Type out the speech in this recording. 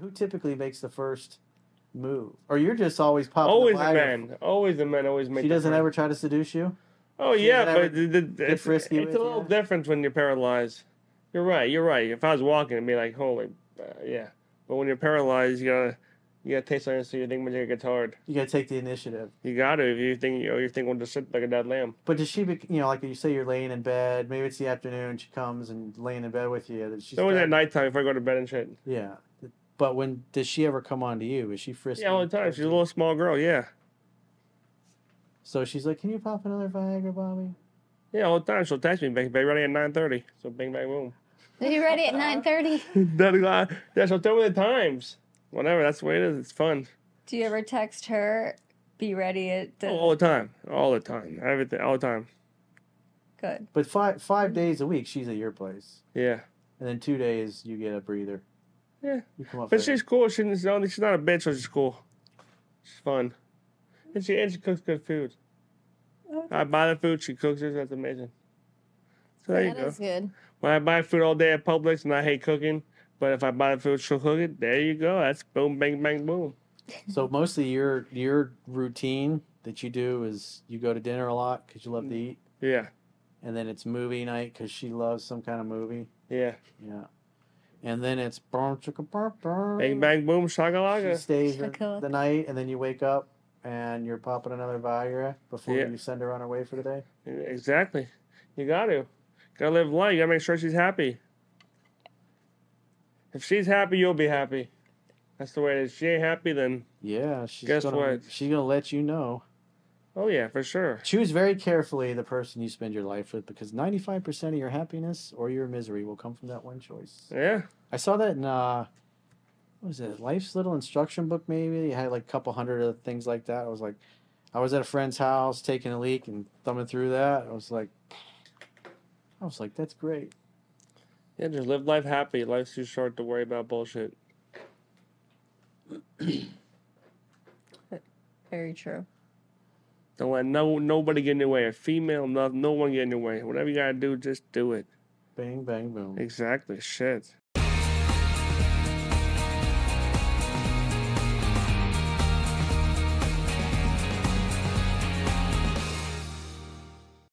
Who typically makes the first move? Or you're just always popping Always the a bladder. man. Always a man. Always make. She the doesn't front. ever try to seduce you? Oh she yeah, doesn't but the, the, it's, frisky it's with a little you. different when you're paralyzed. You're right. You're right. If I was walking, it'd be like holy, uh, yeah. But when you're paralyzed, you gotta you gotta take something so you think when you gets hard. You got to take the initiative. You gotta if you think you know, you think we'll just sit like a dead lamb. But does she, bec you know, like you say, you're laying in bed. Maybe it's the afternoon. She comes and laying in bed with you. Does she So always start- at nighttime if I go to bed and shit. Yeah. But when does she ever come on to you? Is she frisky? Yeah, all the time. She's a little small girl. Yeah, So she's like, "Can you pop another Viagra, Bobby?" yeah, all the time. She'll text me, "Bang, bang, ready at nine thirty. So bang, bang, boom. Are you ready at nine thirty? That- yeah, she'll tell me the times. Whatever. That's the way it is. It's fun. Do you ever text her? Be ready at the... All the time. All the time. Everything. All the time. good. But five five days a week, she's at your place, Yeah. and then two days you get a breather. Yeah. You come up. But there. she's cool. She, she's not she's not a bitch, so she's cool. She's fun. And she and she cooks good food. I buy the food, she cooks it. That's amazing. So there That you is go. good. When I buy food all day at Publix and I hate cooking, but if I buy the food, she'll cook it. There you go. That's boom, bang, bang, boom. so mostly your your routine that you do is you go to dinner a lot because you love to eat, Yeah. and then it's movie night because she loves some kind of movie. Yeah. Yeah. And then it's bang Bang, bang, boom, She shagalaga. stays Chocolate. the night, and then you wake up and you're popping another Viagra before Yeah. you send her on her way for the day. Exactly. You got to. Got to live life. You got to make sure she's happy. If she's happy, you'll be happy. That's the way it is. If she ain't happy, then Yeah, she's Guess gonna what? she's gonna let you know. oh yeah, for sure. Choose very carefully the person you spend your life with because ninety five percent of your happiness or your misery will come from that one choice. Yeah. I saw that in uh what was it, Life's Little Instruction Book maybe? It had like a couple hundred of things like that. I was like I was at a friend's house taking a leak and thumbing through that. I was like I was like, that's great. Yeah, just live life happy. Life's too short to worry about bullshit. Very true. Don't let no nobody get in your way. A female, no, no one get in your way. Whatever you gotta do, just do it. Bang bang boom. Exactly. Shit.